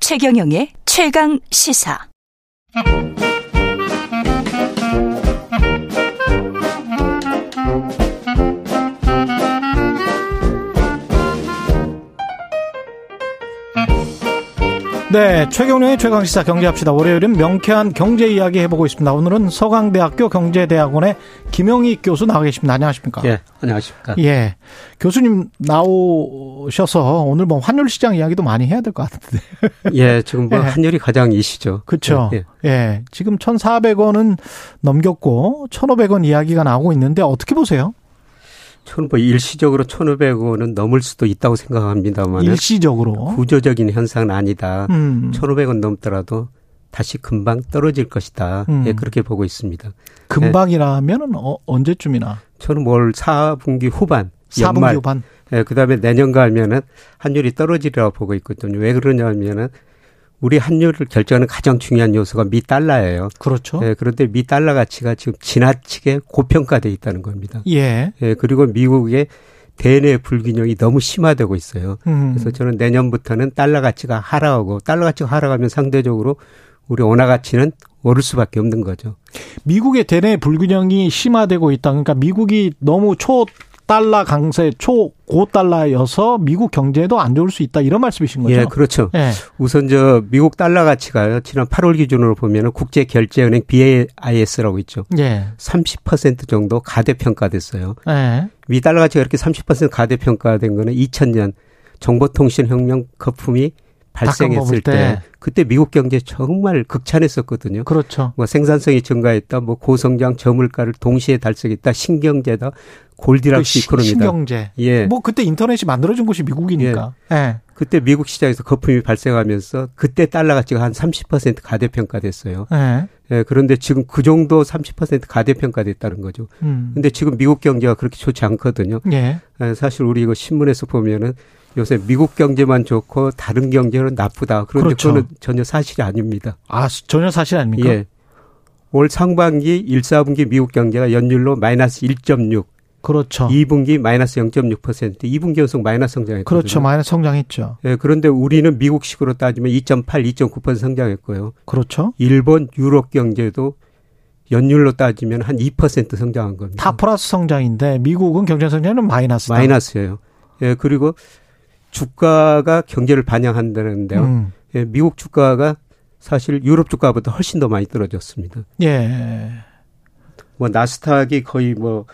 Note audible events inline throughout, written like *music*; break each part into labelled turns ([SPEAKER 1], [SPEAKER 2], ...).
[SPEAKER 1] 최경영의 최강 시사.
[SPEAKER 2] 네, 최경련의 최강시사 경제합시다. 월요일은 명쾌한 경제 이야기 해보고 있습니다. 오늘은 서강대학교 경제대학원의 김영희 교수 나와 계십니다. 안녕하십니까?
[SPEAKER 3] 예, 안녕하십니까.
[SPEAKER 2] 예. 교수님 나오셔서 오늘 뭐 환율시장 이야기도 많이 해야 될 것 같은데.
[SPEAKER 3] 예, 지금 뭐
[SPEAKER 2] 예.
[SPEAKER 3] 한율이 가장 이슈죠.
[SPEAKER 2] 그렇죠.
[SPEAKER 3] 예,
[SPEAKER 2] 예,
[SPEAKER 3] 예.
[SPEAKER 2] 지금 1,400원은 넘겼고 1,500원 이야기가 나오고 있는데 어떻게 보세요?
[SPEAKER 3] 저는 뭐 일시적으로 1,500원은 넘을 수도 있다고 생각합니다만
[SPEAKER 2] 일시적으로. 어?
[SPEAKER 3] 구조적인 현상은 아니다.
[SPEAKER 2] 음.
[SPEAKER 3] 1,500원 넘더라도 다시 금방 떨어질 것이다.
[SPEAKER 2] 음.
[SPEAKER 3] 예, 그렇게 보고 있습니다.
[SPEAKER 2] 금방이라면은 어, 언제쯤이나
[SPEAKER 3] 저는 올 4분기 후반,
[SPEAKER 2] 4분기
[SPEAKER 3] 연말,
[SPEAKER 2] 후반.
[SPEAKER 3] 예, 그다음에 내년 가면은 환율이 떨어지리라고 보고 있거든요. 왜 그러냐면은 우리 환율을 결정하는 가장 중요한 요소가 미 달러예요.
[SPEAKER 2] 그렇죠.
[SPEAKER 3] 예, 그런데 미 달러 가치가 지금 지나치게 고평가돼 있다는 겁니다.
[SPEAKER 2] 예.
[SPEAKER 3] 예, 그리고 미국의 대내 불균형이 너무 심화되고 있어요.
[SPEAKER 2] 음.
[SPEAKER 3] 그래서 저는 내년부터는 달러 가치가 하락하고 달러 가치가 하락하면 상대적으로 우리 원화 가치는 오를 수밖에 없는 거죠.
[SPEAKER 2] 미국의 대내 불균형이 심화되고 있다. 그러니까 미국이 너무 초 달러 강세, 초고 달러여서 미국 경제에도 안 좋을 수 있다. 이런 말씀이신 거죠?
[SPEAKER 3] 예, 그렇죠.
[SPEAKER 2] 예.
[SPEAKER 3] 우선 저 미국 달러 가치가요. 지난 8월 기준으로 보면은 국제 결제 은행 BIS라고 있죠.
[SPEAKER 2] 예.
[SPEAKER 3] 30% 정도 가대평가됐어요.
[SPEAKER 2] 예.
[SPEAKER 3] 미 달러 가치가 이렇게 30% 가대평가된 거는 2000년 정보통신 혁명 거품이 발생했을
[SPEAKER 2] 때.
[SPEAKER 3] 때 그때 미국 경제 정말 극찬했었거든요.
[SPEAKER 2] 그렇죠.
[SPEAKER 3] 뭐 생산성이 증가했다, 뭐 고성장, 저물가를 동시에 달성했다, 신경제다, 골디락스
[SPEAKER 2] 그 시-
[SPEAKER 3] 이코노미다.
[SPEAKER 2] 신경제.
[SPEAKER 3] 예.
[SPEAKER 2] 뭐 그때 인터넷이 만들어진 곳이 미국이니까. 예.
[SPEAKER 3] 그때 미국 시장에서 거품이 발생하면서 그때 달러 가치가 한 30% 가대평가됐어요.
[SPEAKER 2] 예.
[SPEAKER 3] 예, 그런데 지금 그 정도 30% 가대평가됐다는 거죠.
[SPEAKER 2] 음.
[SPEAKER 3] 근데 지금 미국 경제가 그렇게 좋지 않거든요.
[SPEAKER 2] 예.
[SPEAKER 3] 예, 사실 우리 이거 신문에서 보면은 요새 미국 경제만 좋고 다른 경제는 나쁘다. 그런데
[SPEAKER 2] 그렇죠. 그러니까?
[SPEAKER 3] 그거는 전혀 사실이 아닙니다.
[SPEAKER 2] 아, 수- 전혀 사실 아닙니까?
[SPEAKER 3] 예. 올 상반기 1, 4분기 미국 경제가 연율로 마이너스 1.6,
[SPEAKER 2] 그렇죠.
[SPEAKER 3] 2분기 마이너스 0.6%, 2분기 연속 마이너스 성장했거든요.
[SPEAKER 2] 그렇죠. 많이 성장했죠.
[SPEAKER 3] 예, 그런데 우리는 미국식으로 따지면 2.8, 2.9% 성장했고요.
[SPEAKER 2] 그렇죠.
[SPEAKER 3] 일본, 유럽 경제도 연율로 따지면 한 2% 성장한 겁니다.
[SPEAKER 2] 다 플러스 성장인데 미국은 경제 성장은 마이너스다.
[SPEAKER 3] 음. 마이너스예요. 예, 그리고 주가가 경제를 반영한다는데요.
[SPEAKER 2] 음.
[SPEAKER 3] 예, 미국 주가가 사실 유럽 주가보다 훨씬 더 많이 떨어졌습니다.
[SPEAKER 2] 예.
[SPEAKER 3] 뭐 나스닥이 거의 뭐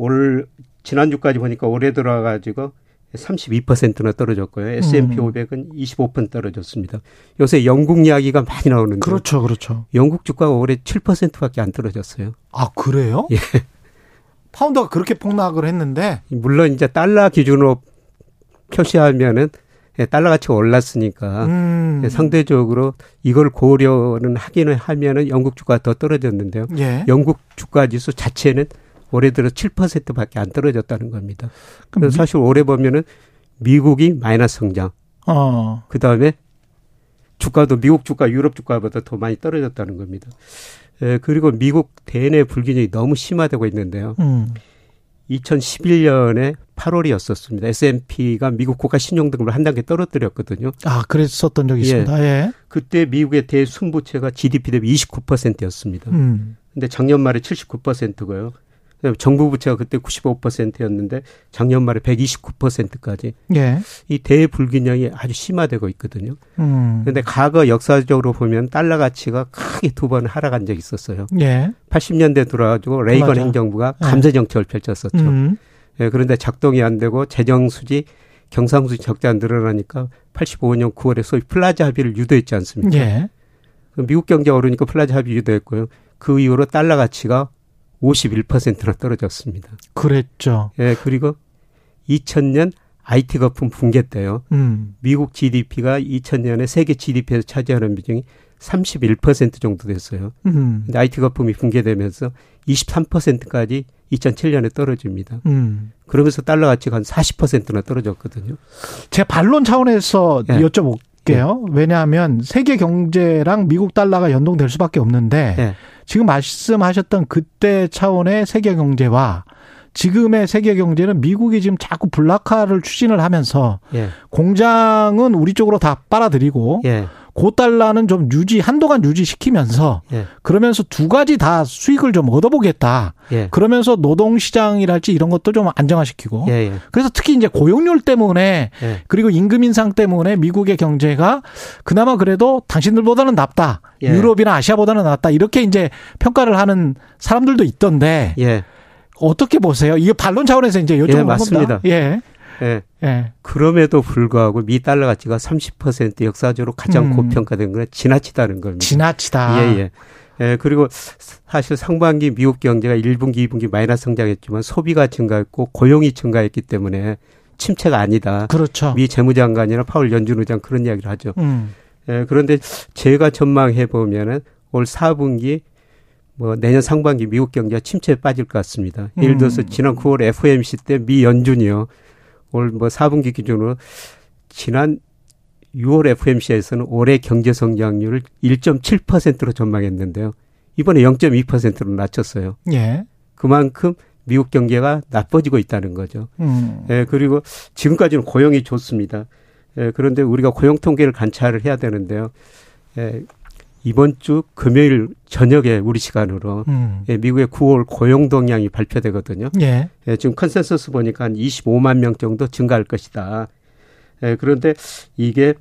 [SPEAKER 3] 올 지난주까지 보니까 올해 들어와가지고 32%나 떨어졌고요. S&P
[SPEAKER 2] 음.
[SPEAKER 3] 500은 25% 떨어졌습니다. 요새 영국 이야기가 많이 나오는데
[SPEAKER 2] 그렇죠. 그렇죠.
[SPEAKER 3] 영국 주가가 올해 7%밖에 안 떨어졌어요.
[SPEAKER 2] 아 그래요?
[SPEAKER 3] 예.
[SPEAKER 2] 파운드가 그렇게 폭락을 했는데
[SPEAKER 3] 물론 이제 달러 기준으로 표시하면은 예, 달러 가치가 올랐으니까
[SPEAKER 2] 음,
[SPEAKER 3] 예, 상대적으로 이걸 고려는 하기는 하면은 영국 주가가 더 떨어졌는데요.
[SPEAKER 2] 예.
[SPEAKER 3] 영국 주가 지수 자체는 올해 들어 7%밖에 안 떨어졌다는 겁니다. 그래서 사실 올해 보면은 미국이 마이너스 성장,
[SPEAKER 2] 어.
[SPEAKER 3] 그 다음에 주가도 미국 주가, 유럽 주가보다 더 많이 떨어졌다는 겁니다. 예, 그리고 미국 대내 불균형이 너무 심화되고 있는데요.
[SPEAKER 2] 음.
[SPEAKER 3] 2011년에 8월이었었습니다. S&P가 미국 고가 신용등급을 한 단계 떨어뜨렸거든요.
[SPEAKER 2] 아 그랬었던 적이
[SPEAKER 3] 예.
[SPEAKER 2] 있습니다. 예.
[SPEAKER 3] 그때 미국의 대순부채가 GDP 대비 29%였습니다.
[SPEAKER 2] 음.
[SPEAKER 3] 근데 작년 말에 79%고요. 정부 부채가 그때 95%였는데 작년 말에 129%까지
[SPEAKER 2] 예.
[SPEAKER 3] 이 대불균형이 아주 심화되고 있거든요.
[SPEAKER 2] 음.
[SPEAKER 3] 그런데 과거 역사적으로 보면 달러 가치가 크게 두 번 하락한 적이 있었어요.
[SPEAKER 2] 예.
[SPEAKER 3] 80년대 들어와가지고 레이건
[SPEAKER 2] 맞아.
[SPEAKER 3] 행정부가
[SPEAKER 2] 예.
[SPEAKER 3] 감세 정책을 펼쳤었죠.
[SPEAKER 2] 음.
[SPEAKER 3] 예, 그런데 작동이 안 되고 재정 수지, 경상수지 적자 늘어나니까 85년 9월에 소위 플라자 합의를 유도했지 않습니까?
[SPEAKER 2] 예.
[SPEAKER 3] 그 미국 경제가 오르니까 플라자 합의 유도했고요. 그 이후로 달러 가치가 51%나 떨어졌습니다.
[SPEAKER 2] 그랬죠.
[SPEAKER 3] 예, 그리고 2000년 IT 거품 붕괴 때요.
[SPEAKER 2] 음.
[SPEAKER 3] 미국 GDP가 2000년에 세계 GDP에서 차지하는 비중이 31% 정도 됐어요.
[SPEAKER 2] 음.
[SPEAKER 3] 근데 IT 거품이 붕괴되면서 23%까지 2007년에 떨어집니다.
[SPEAKER 2] 음.
[SPEAKER 3] 그러면서 달러 가치가 한 40%나 떨어졌거든요.
[SPEAKER 2] 제가 반론 차원에서
[SPEAKER 3] 예.
[SPEAKER 2] 여쭤볼게요. 왜냐하면 세계 경제랑 미국 달러가 연동될 수밖에 없는데
[SPEAKER 3] 예.
[SPEAKER 2] 지금 말씀하셨던 그때 차원의 세계 경제와 지금의 세계 경제는 미국이 지금 자꾸 블락화를 추진을 하면서
[SPEAKER 3] 예.
[SPEAKER 2] 공장은 우리 쪽으로 다 빨아들이고
[SPEAKER 3] 예.
[SPEAKER 2] 고달러는 좀 유지 한동안 유지시키면서
[SPEAKER 3] 예.
[SPEAKER 2] 그러면서 두 가지 다 수익을 좀 얻어보겠다.
[SPEAKER 3] 예.
[SPEAKER 2] 그러면서 노동 시장이랄지 이런 것도 좀 안정화시키고
[SPEAKER 3] 예, 예.
[SPEAKER 2] 그래서 특히 이제 고용률 때문에
[SPEAKER 3] 예.
[SPEAKER 2] 그리고 임금 인상 때문에 미국의 경제가 그나마 그래도 당신들보다는 낫다.
[SPEAKER 3] 예.
[SPEAKER 2] 유럽이나 아시아보다는 낫다. 이렇게 이제 평가를 하는 사람들도 있던데
[SPEAKER 3] 예.
[SPEAKER 2] 어떻게 보세요? 이게 반론 차원에서 이제 여쭤보는
[SPEAKER 3] 예, 맞습니다.
[SPEAKER 2] 겁니다. 예.
[SPEAKER 3] 예.
[SPEAKER 2] 예.
[SPEAKER 3] 그럼에도 불구하고 미 달러 가치가 30% 역사적으로 가장
[SPEAKER 2] 음.
[SPEAKER 3] 고평가된 건 지나치다는 겁니다.
[SPEAKER 2] 지나치다.
[SPEAKER 3] 음. 예, 예. 예, 그리고 사실 상반기 미국 경제가 1분기, 2분기 마이너스 성장했지만 소비가 증가했고 고용이 증가했기 때문에 침체가 아니다.
[SPEAKER 2] 그렇죠.
[SPEAKER 3] 미 재무장관이나 파월 연준 의장 그런 이야기를 하죠.
[SPEAKER 2] 음.
[SPEAKER 3] 예, 그런데 제가 전망해 보면은 올 4분기 뭐 내년 상반기 미국 경제가 침체에 빠질 것 같습니다. 예를 들어서
[SPEAKER 2] 음.
[SPEAKER 3] 지난 9월 FOMC 때 미 연준이요. 올 뭐 4분기 기준으로 지난 6월 FOMC에서는 올해 경제 성장률을 1.7%로 전망했는데요. 이번에 0.2%로 낮췄어요.
[SPEAKER 2] 예.
[SPEAKER 3] 그만큼 미국 경제가 나빠지고 있다는 거죠.
[SPEAKER 2] 음.
[SPEAKER 3] 예, 그리고 지금까지는 고용이 좋습니다. 예, 그런데 우리가 고용 통계를 관찰을 해야 되는데요. 예, 이번 주 금요일 저녁에 우리 시간으로
[SPEAKER 2] 음.
[SPEAKER 3] 예, 미국의 9월 고용 동향이 발표되거든요.
[SPEAKER 2] 예.
[SPEAKER 3] 예, 지금 컨센서스 보니까 한 25만 명 정도 증가할 것이다. 예, 그런데 이게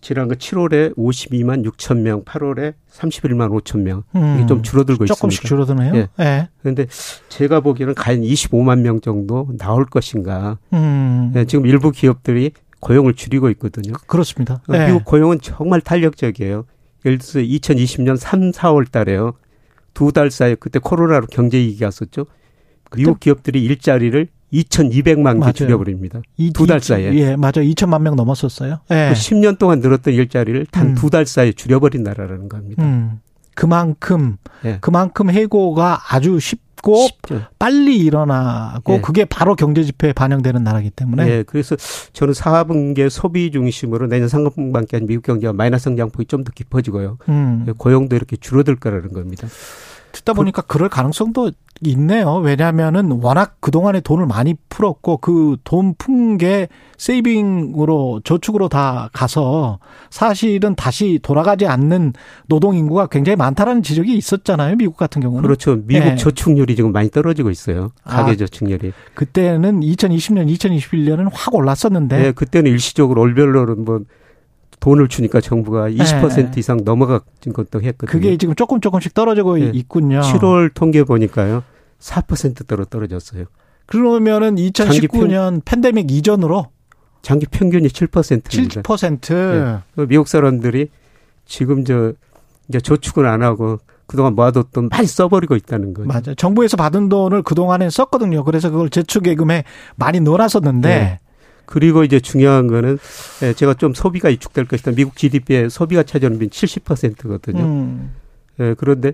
[SPEAKER 3] 지난 그 7월에 52만 6천 명, 8월에 31만 5천 명
[SPEAKER 2] 음.
[SPEAKER 3] 이게 좀 줄어들고
[SPEAKER 2] 조금씩
[SPEAKER 3] 있습니다.
[SPEAKER 2] 줄어드네요. 예.
[SPEAKER 3] 예. 그런데 제가 보기에는 과연 25만 명 정도 나올 것인가?
[SPEAKER 2] 음.
[SPEAKER 3] 예, 지금 일부 기업들이 고용을 줄이고 있거든요.
[SPEAKER 2] 그렇습니다.
[SPEAKER 3] 어,
[SPEAKER 2] 예.
[SPEAKER 3] 미국 고용은 정말 탄력적이에요. 예를 들어서 2020년 3, 4월 달에요. 두 달 사이 그때 코로나로 경제 위기가 왔었죠. 미국 기업들이 일자리를 2,200만 개
[SPEAKER 2] 맞아요.
[SPEAKER 3] 줄여버립니다.
[SPEAKER 2] 이-
[SPEAKER 3] 두달
[SPEAKER 2] 이-
[SPEAKER 3] 사이에.
[SPEAKER 2] 예, 맞아. 2천만 명 넘었었어요. 예.
[SPEAKER 3] 그 10년 동안 늘었던 일자리를 단
[SPEAKER 2] 음.
[SPEAKER 3] 두 달 사이에 줄여버린 나라라는 겁니다.
[SPEAKER 2] 음. 그만큼
[SPEAKER 3] 예.
[SPEAKER 2] 그만큼 해고가 아주 쉽고
[SPEAKER 3] 쉽죠.
[SPEAKER 2] 빨리 일어나고
[SPEAKER 3] 예.
[SPEAKER 2] 그게 바로 경제 지표에 반영되는 나라이기 때문에
[SPEAKER 3] 예, 그래서 저는 4분기 소비 중심으로 내년 상반기까지 미국 경제가 마이너스 성장폭이 좀 더 깊어지고요.
[SPEAKER 2] 음.
[SPEAKER 3] 예, 고용도 이렇게 줄어들 거라는 겁니다.
[SPEAKER 2] 듣다 보니까 그럴 가능성도 있네요. 왜냐하면은 워낙 그동안에 돈을 많이 풀었고 그 돈 푼 게 세이빙으로 저축으로 다 가서 사실은 다시 돌아가지 않는 노동 인구가 굉장히 많다라는 지적이 있었잖아요. 미국 같은 경우는
[SPEAKER 3] 그렇죠. 미국
[SPEAKER 2] 예.
[SPEAKER 3] 저축률이 지금 많이 떨어지고 있어요. 가계
[SPEAKER 2] 아.
[SPEAKER 3] 저축률이.
[SPEAKER 2] 그때는 2020년, 2021년은 확 올랐었는데
[SPEAKER 3] 예, 그때는 일시적으로 올별로는 뭐 돈을 주니까 정부가 20% 이상 넘어가진 것도 했거든요.
[SPEAKER 2] 네. 그게 지금 조금 조금씩 떨어지고
[SPEAKER 3] 예.
[SPEAKER 2] 있군요.
[SPEAKER 3] 7월 통계 보니까요. 4%대로 떨어졌어요.
[SPEAKER 2] 그러면은 2019년 팬데믹 이전으로
[SPEAKER 3] 예. 장기 평균이 7%입니다.
[SPEAKER 2] 7%.
[SPEAKER 3] 그 미국 사람들이 지금 저 이제 저축을 안 하고 그동안 모아뒀던 많이 써버리고 있다는 거죠.
[SPEAKER 2] 맞아. 정부에서 받은 돈을 그동안에 썼거든요. 그래서 그걸 재축예금에 많이
[SPEAKER 3] 예.
[SPEAKER 2] 넣어놨었는데.
[SPEAKER 3] 그리고 이제 중요한 거는 예, 제가 좀 소비가 이축될 것이다. 미국 GDP의 소비가 차지하는 비율 70%거든요.
[SPEAKER 2] 음,
[SPEAKER 3] 예, 그런데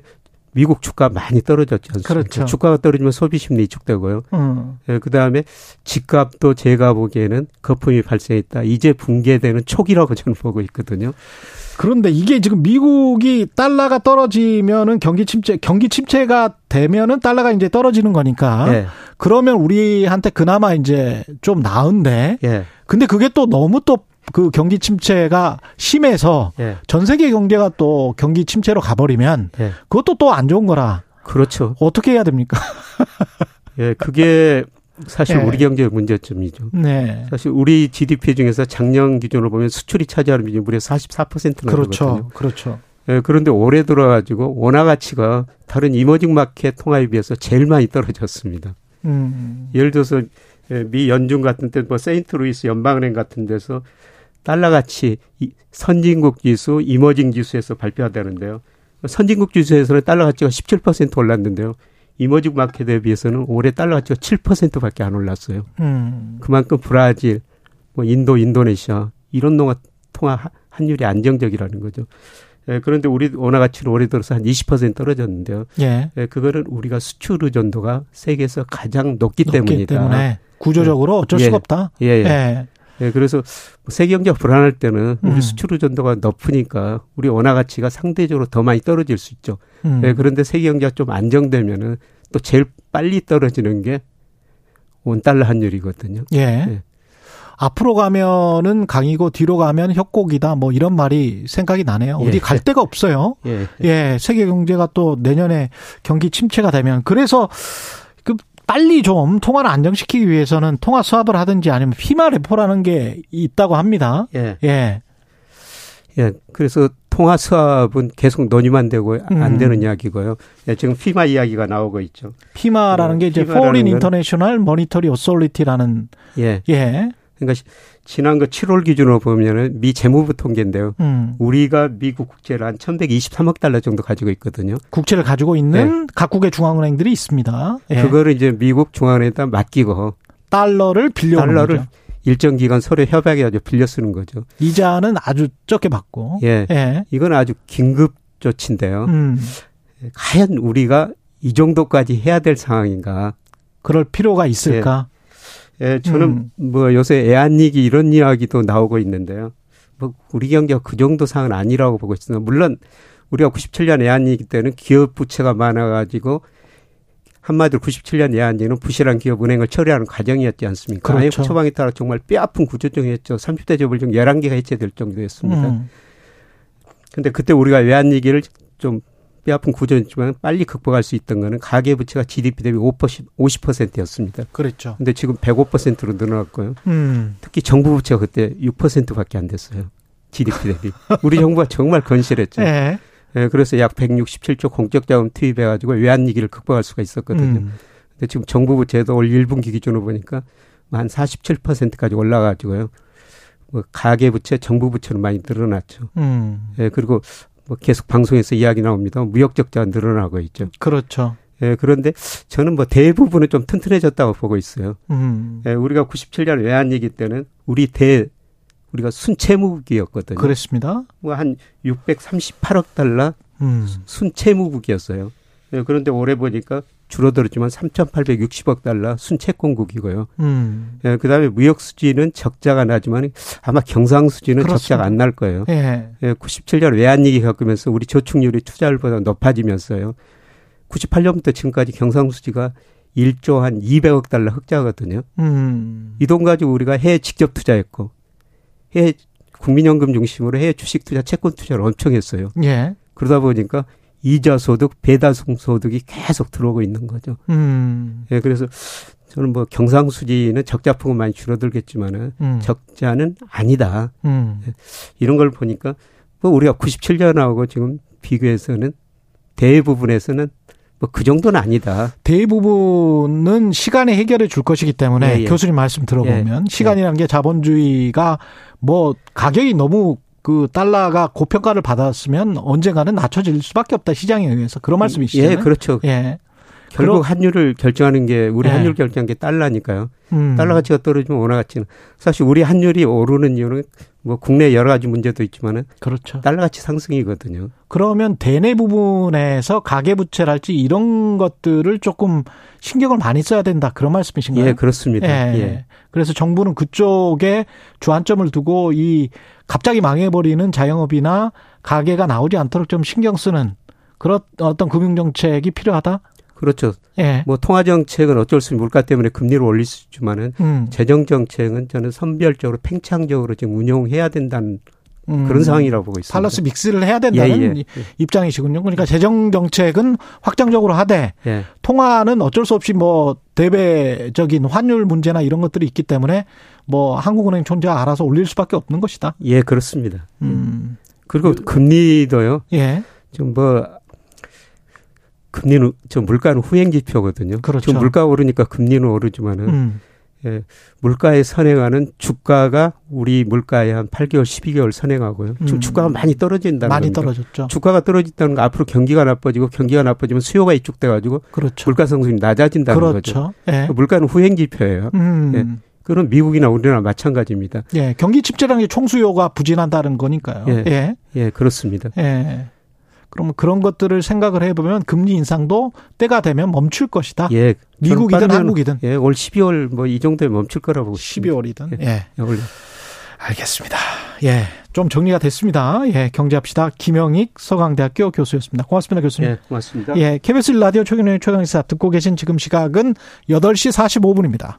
[SPEAKER 3] 미국 주가 많이 떨어졌지 않습니까?
[SPEAKER 2] 그렇죠.
[SPEAKER 3] 주가가 떨어지면 소비 심리 이축되고요.
[SPEAKER 2] 음.
[SPEAKER 3] 예, 그다음에 집값도 제가 보기에는 거품이 발생했다. 이제 붕괴되는 초기라고 저는 보고 있거든요.
[SPEAKER 2] 그런데 이게 지금 미국이 달러가 떨어지면은 경기 침체, 경기 침체가 되면은 달러가 이제 떨어지는 거니까.
[SPEAKER 3] 예.
[SPEAKER 2] 그러면 우리한테 그나마 이제 좀 나은데.
[SPEAKER 3] 예.
[SPEAKER 2] 근데 그게 또 너무 또 그 경기 침체가 심해서
[SPEAKER 3] 예.
[SPEAKER 2] 전 세계 경제가 또 경기 침체로 가버리면
[SPEAKER 3] 예.
[SPEAKER 2] 그것도 또 안 좋은 거라
[SPEAKER 3] 그렇죠.
[SPEAKER 2] 어떻게 해야 됩니까? *laughs*
[SPEAKER 3] 예, 그게 사실
[SPEAKER 2] 예.
[SPEAKER 3] 우리 경제의 문제점이죠.
[SPEAKER 2] 네.
[SPEAKER 3] 사실 우리 GDP 중에서 작년 기준으로 보면 수출이 차지하는 비율이 무려 44%나 되거든요.
[SPEAKER 2] 그렇죠. 그렇죠.
[SPEAKER 3] 예, 그런데 올해 들어가지고 원화 가치가 다른 이머징 마켓 통화에 비해서 제일 많이 떨어졌습니다.
[SPEAKER 2] 음.
[SPEAKER 3] 예를 들어서 예, 미 연준 같은 때 뭐 세인트루이스 연방은행 같은 데서 달러 가치 이- 선진국 지수, 이머징 지수에서 발표하다는데요. 선진국 지수에서는 달러 가치가 17% 올랐는데요. 이머징 마켓에 비해서는 올해 달러 가치가 7%밖에 안 올랐어요.
[SPEAKER 2] 음.
[SPEAKER 3] 그만큼 브라질, 뭐 인도, 인도네시아 이런 동화 통화 하- 환율이 안정적이라는 거죠. 예, 그런데 우리 원화 가치는 올해 들어서 한 20% 떨어졌는데요.
[SPEAKER 2] 예.
[SPEAKER 3] 예, 그거는 우리가 수출 의존도가 세계에서 가장
[SPEAKER 2] 높기
[SPEAKER 3] 높기 때문이다. 네.
[SPEAKER 2] 때문에 구조적으로 어쩔
[SPEAKER 3] 예.
[SPEAKER 2] 수가 없다.
[SPEAKER 3] 예, 예.
[SPEAKER 2] 예.
[SPEAKER 3] 예, 그래서 세계 경제가 불안할 때는 우리
[SPEAKER 2] 음.
[SPEAKER 3] 수출 의존도가 높으니까 우리 원화 가치가 상대적으로 더 많이 떨어질 수 있죠.
[SPEAKER 2] 음.
[SPEAKER 3] 예, 그런데 세계 경제가 좀 안정되면은 또 제일 빨리 떨어지는 게 원달러 환율이거든요.
[SPEAKER 2] 예. 앞으로 가면은 강이고 뒤로 가면 협곡이다 뭐 이런 말이 생각이 나네요. 어디
[SPEAKER 3] 예.
[SPEAKER 2] 갈 데가 없어요.
[SPEAKER 3] 예.
[SPEAKER 2] 예, 세계 경제가 또 내년에 경기 침체가 되면 그래서 그 빨리 좀 통화를 안정시키기 위해서는 통화 수합을 하든지 아니면 피마 레포라는 게 있다고 합니다.
[SPEAKER 3] 예.
[SPEAKER 2] 예.
[SPEAKER 3] 예. 그래서 통화 수합은 계속 논의만 되고 안
[SPEAKER 2] 음.
[SPEAKER 3] 되는 이야기고요. 예, 지금 피마 이야기가 나오고 있죠.
[SPEAKER 2] 피마라는 게 이제
[SPEAKER 3] 네, 피마라는
[SPEAKER 2] Foreign
[SPEAKER 3] 건-
[SPEAKER 2] International Monetary Authority라는
[SPEAKER 3] 예.
[SPEAKER 2] 예.
[SPEAKER 3] 그러니까 시- 지난 그 7월 기준으로 보면은 미 재무부 통계인데요.
[SPEAKER 2] 음.
[SPEAKER 3] 우리가 미국 국채를 한 1123억 달러 정도 가지고 있거든요.
[SPEAKER 2] 국채를 가지고 있는 각국의 중앙은행들이 있습니다. 예.
[SPEAKER 3] 네. 그거를 이제 미국 중앙은행에다 맡기고
[SPEAKER 2] 달러를 빌려
[SPEAKER 3] 달러를
[SPEAKER 2] 거죠.
[SPEAKER 3] 일정 기간 서로 협약해 가지고 빌려 쓰는 거죠.
[SPEAKER 2] 이자는 아주 적게 받고.
[SPEAKER 3] 예.
[SPEAKER 2] 예.
[SPEAKER 3] 이건 아주 긴급 조치인데요.
[SPEAKER 2] 음.
[SPEAKER 3] 과연 우리가 이 정도까지 해야 될 상황인가?
[SPEAKER 2] 그럴 필요가 있을까?
[SPEAKER 3] 예, 저는
[SPEAKER 2] 음.
[SPEAKER 3] 뭐 요새 애안이기 이런 이야기도 나오고 있는데요. 뭐 우리 경제가 그 정도 상은 아니라고 보고 있습니다. 물론 우리가 97년 애안이기 때는 기업 부채가 많아가지고 한마디로 97년 애안이는 부실한 기업 은행을 처리하는 과정이었지 않습니까?
[SPEAKER 2] 그렇죠.
[SPEAKER 3] IMF 처방에 따라 정말 뼈아픈 구조조정이었죠. 30대 재벌 중 11개가 해체될 정도였습니다.
[SPEAKER 2] 음.
[SPEAKER 3] 근데 그때 우리가 외환위기를 좀 뼈아픈 구조였지만 빨리 극복할 수 있던 거는 가계부채가 GDP 대비 5%, 50%였습니다.
[SPEAKER 2] 그렇죠.
[SPEAKER 3] 근데 지금 105%로 늘어났고요.
[SPEAKER 2] 음.
[SPEAKER 3] 특히 정부 부채가 그때 6%밖에 안 됐어요. GDP 대비. 우리 정부가 정말 건실했죠.
[SPEAKER 2] 예.
[SPEAKER 3] 예, 그래서 약 167조 공적 자금 투입해 가지고 외환위기를 극복할 수가 있었거든요.
[SPEAKER 2] 음.
[SPEAKER 3] 근데 지금 정부 부채도 올 1분기 기준으로 보니까 한 47%까지 올라가 가지고요. 뭐 가계 부채, 정부 부채는 많이 늘어났죠.
[SPEAKER 2] 음.
[SPEAKER 3] 예, 그리고 뭐 계속 방송에서 이야기 나옵니다. 무역 적자가 늘어나고 있죠.
[SPEAKER 2] 그렇죠.
[SPEAKER 3] 예, 그런데 저는 뭐 대부분은 좀 튼튼해졌다고 보고 있어요.
[SPEAKER 2] 음.
[SPEAKER 3] 예, 우리가 97년 외환위기 때는 우리 대 우리가 순채무국이었거든요.
[SPEAKER 2] 그랬습니다.
[SPEAKER 3] 뭐 한 638억 달러
[SPEAKER 2] 음.
[SPEAKER 3] 순채무국이었어요. 예, 그런데 올해 보니까 줄어들었지만 3,860억 달러 순채권국이고요.
[SPEAKER 2] 음.
[SPEAKER 3] 예, 그다음에 무역 수지는 적자가 나지만 아마 경상 수지는
[SPEAKER 2] 그렇습니다.
[SPEAKER 3] 적자가 안 날 거예요.
[SPEAKER 2] 예.
[SPEAKER 3] 예, 97년 외환위기 겪으면서 우리 저축률이 투자율보다 높아지면서요. 98년부터 지금까지 경상수지가 1조 한 200억 달러 흑자거든요.
[SPEAKER 2] 음.
[SPEAKER 3] 이 돈 가지고 우리가 해외 직접 투자했고 해외 국민연금 중심으로 해외 주식 투자, 채권 투자를 엄청 했어요.
[SPEAKER 2] 예.
[SPEAKER 3] 그러다 보니까 이자 소득, 배다성 소득이 계속 들어오고 있는 거죠.
[SPEAKER 2] 음.
[SPEAKER 3] 예, 그래서 저는 뭐 경상수지는 적자폭은 많이 줄어들겠지만은
[SPEAKER 2] 음.
[SPEAKER 3] 적자는 아니다.
[SPEAKER 2] 음.
[SPEAKER 3] 이런 걸 보니까 뭐 우리가 97년하고 지금 비교해서는 대부분에서는 뭐 그 정도는 아니다.
[SPEAKER 2] 대부분은 시간에 해결해 줄 것이기 때문에
[SPEAKER 3] 예, 예.
[SPEAKER 2] 교수님 말씀 들어보면 시간이란 게 자본주의가 뭐 가격이 너무 그 달러가 고평가를 받았으면 언젠가는 낮춰질 수밖에 없다 시장에 의해서 그런 말씀이시죠?
[SPEAKER 3] 예, 그렇죠.
[SPEAKER 2] 예.
[SPEAKER 3] 결국
[SPEAKER 2] 그럼-
[SPEAKER 3] 환율을 결정하는 게 우리
[SPEAKER 2] 예.
[SPEAKER 3] 환율 결정한 게 달러니까요.
[SPEAKER 2] 음.
[SPEAKER 3] 달러 가치가 떨어지면 원화 가치는 사실 우리 환율이 오르는 이유는 뭐 국내 여러 가지 문제도 있지만은
[SPEAKER 2] 그렇죠.
[SPEAKER 3] 달러 가치 상승이거든요.
[SPEAKER 2] 그러면 대내 부분에서 가계 부채랄지 이런 것들을 조금 신경을 많이 써야 된다 그런 말씀이신가요?
[SPEAKER 3] 예, 그렇습니다.
[SPEAKER 2] 예.
[SPEAKER 3] 예.
[SPEAKER 2] 그래서 정부는 그쪽에 주안점을 두고 이 갑자기 망해버리는 자영업이나 가게가 나오지 않도록 좀 신경 쓰는 그런 어떤 금융 정책이 필요하다.
[SPEAKER 3] 그렇죠.
[SPEAKER 2] 예.
[SPEAKER 3] 뭐 통화 정책은 어쩔 수 없이 물가 때문에 금리를 올릴 수 있지만은
[SPEAKER 2] 음,
[SPEAKER 3] 재정 정책은 저는 선별적으로 팽창적으로 지금 운용해야 된다는
[SPEAKER 2] 음.
[SPEAKER 3] 그런 상황이라고 보고 있습니다. 예,
[SPEAKER 2] 밸런스 믹스를 해야 된다는 이- 입장이시군요. 그러니까 재정 정책은 확장적으로 하되
[SPEAKER 3] 예.
[SPEAKER 2] 통화는 어쩔 수 없이 뭐 대배적인 환율 문제나 이런 것들이 있기 때문에 뭐 한국은행 존재가 알아서 올릴 수밖에 없는 것이다.
[SPEAKER 3] 예, 그렇습니다.
[SPEAKER 2] 음.
[SPEAKER 3] 그리고 금리도요.
[SPEAKER 2] 예.
[SPEAKER 3] 지금 뭐 금리는 저 물가는 후행 지표거든요.
[SPEAKER 2] 그렇죠.
[SPEAKER 3] 지금 물가 오르니까 금리는 오르지만은
[SPEAKER 2] 음.
[SPEAKER 3] 예, 물가에 선행하는 주가가 우리 물가에 한 8개월, 12개월 선행하고요. 지금
[SPEAKER 2] 음.
[SPEAKER 3] 주가가 많이 떨어진다는
[SPEAKER 2] 많이
[SPEAKER 3] 겁니다.
[SPEAKER 2] 떨어졌죠.
[SPEAKER 3] 주가가 떨어진다는 건 앞으로 경기가 나빠지고 경기가 나빠지면 수요가 이축돼 가지고
[SPEAKER 2] 그렇죠.
[SPEAKER 3] 물가 상승이 낮아진다는 거죠.
[SPEAKER 2] 그렇죠. 예.
[SPEAKER 3] 물가는 후행 지표예요.
[SPEAKER 2] 음.
[SPEAKER 3] 그건 미국이나 우리나라 마찬가지입니다.
[SPEAKER 2] 예. 경기 침체라는 게 총수요가 부진한다는 거니까요.
[SPEAKER 3] 예.
[SPEAKER 2] 예.
[SPEAKER 3] 예, 그렇습니다.
[SPEAKER 2] 예. 그러면 그런 것들을 생각을 해보면 금리 인상도 때가 되면 멈출 것이다.
[SPEAKER 3] 예, 저는
[SPEAKER 2] 아, 미국이든
[SPEAKER 3] 빠르면-
[SPEAKER 2] 한국이든
[SPEAKER 3] 예, 올 12월 뭐 이 정도에 멈출 거라고 보고 있습니다.
[SPEAKER 2] 12월이든. 예.
[SPEAKER 3] 예, 원래.
[SPEAKER 2] 알겠습니다. 예. 좀 정리가 됐습니다. 예. 경제합시다. 김영익 서강대학교 교수였습니다. 고맙습니다, 교수님.
[SPEAKER 3] 예, 고맙습니다.
[SPEAKER 2] 예. KBS 라디오 최경영의 최강의사 듣고 계신 지금 시각은 8시 45분입니다.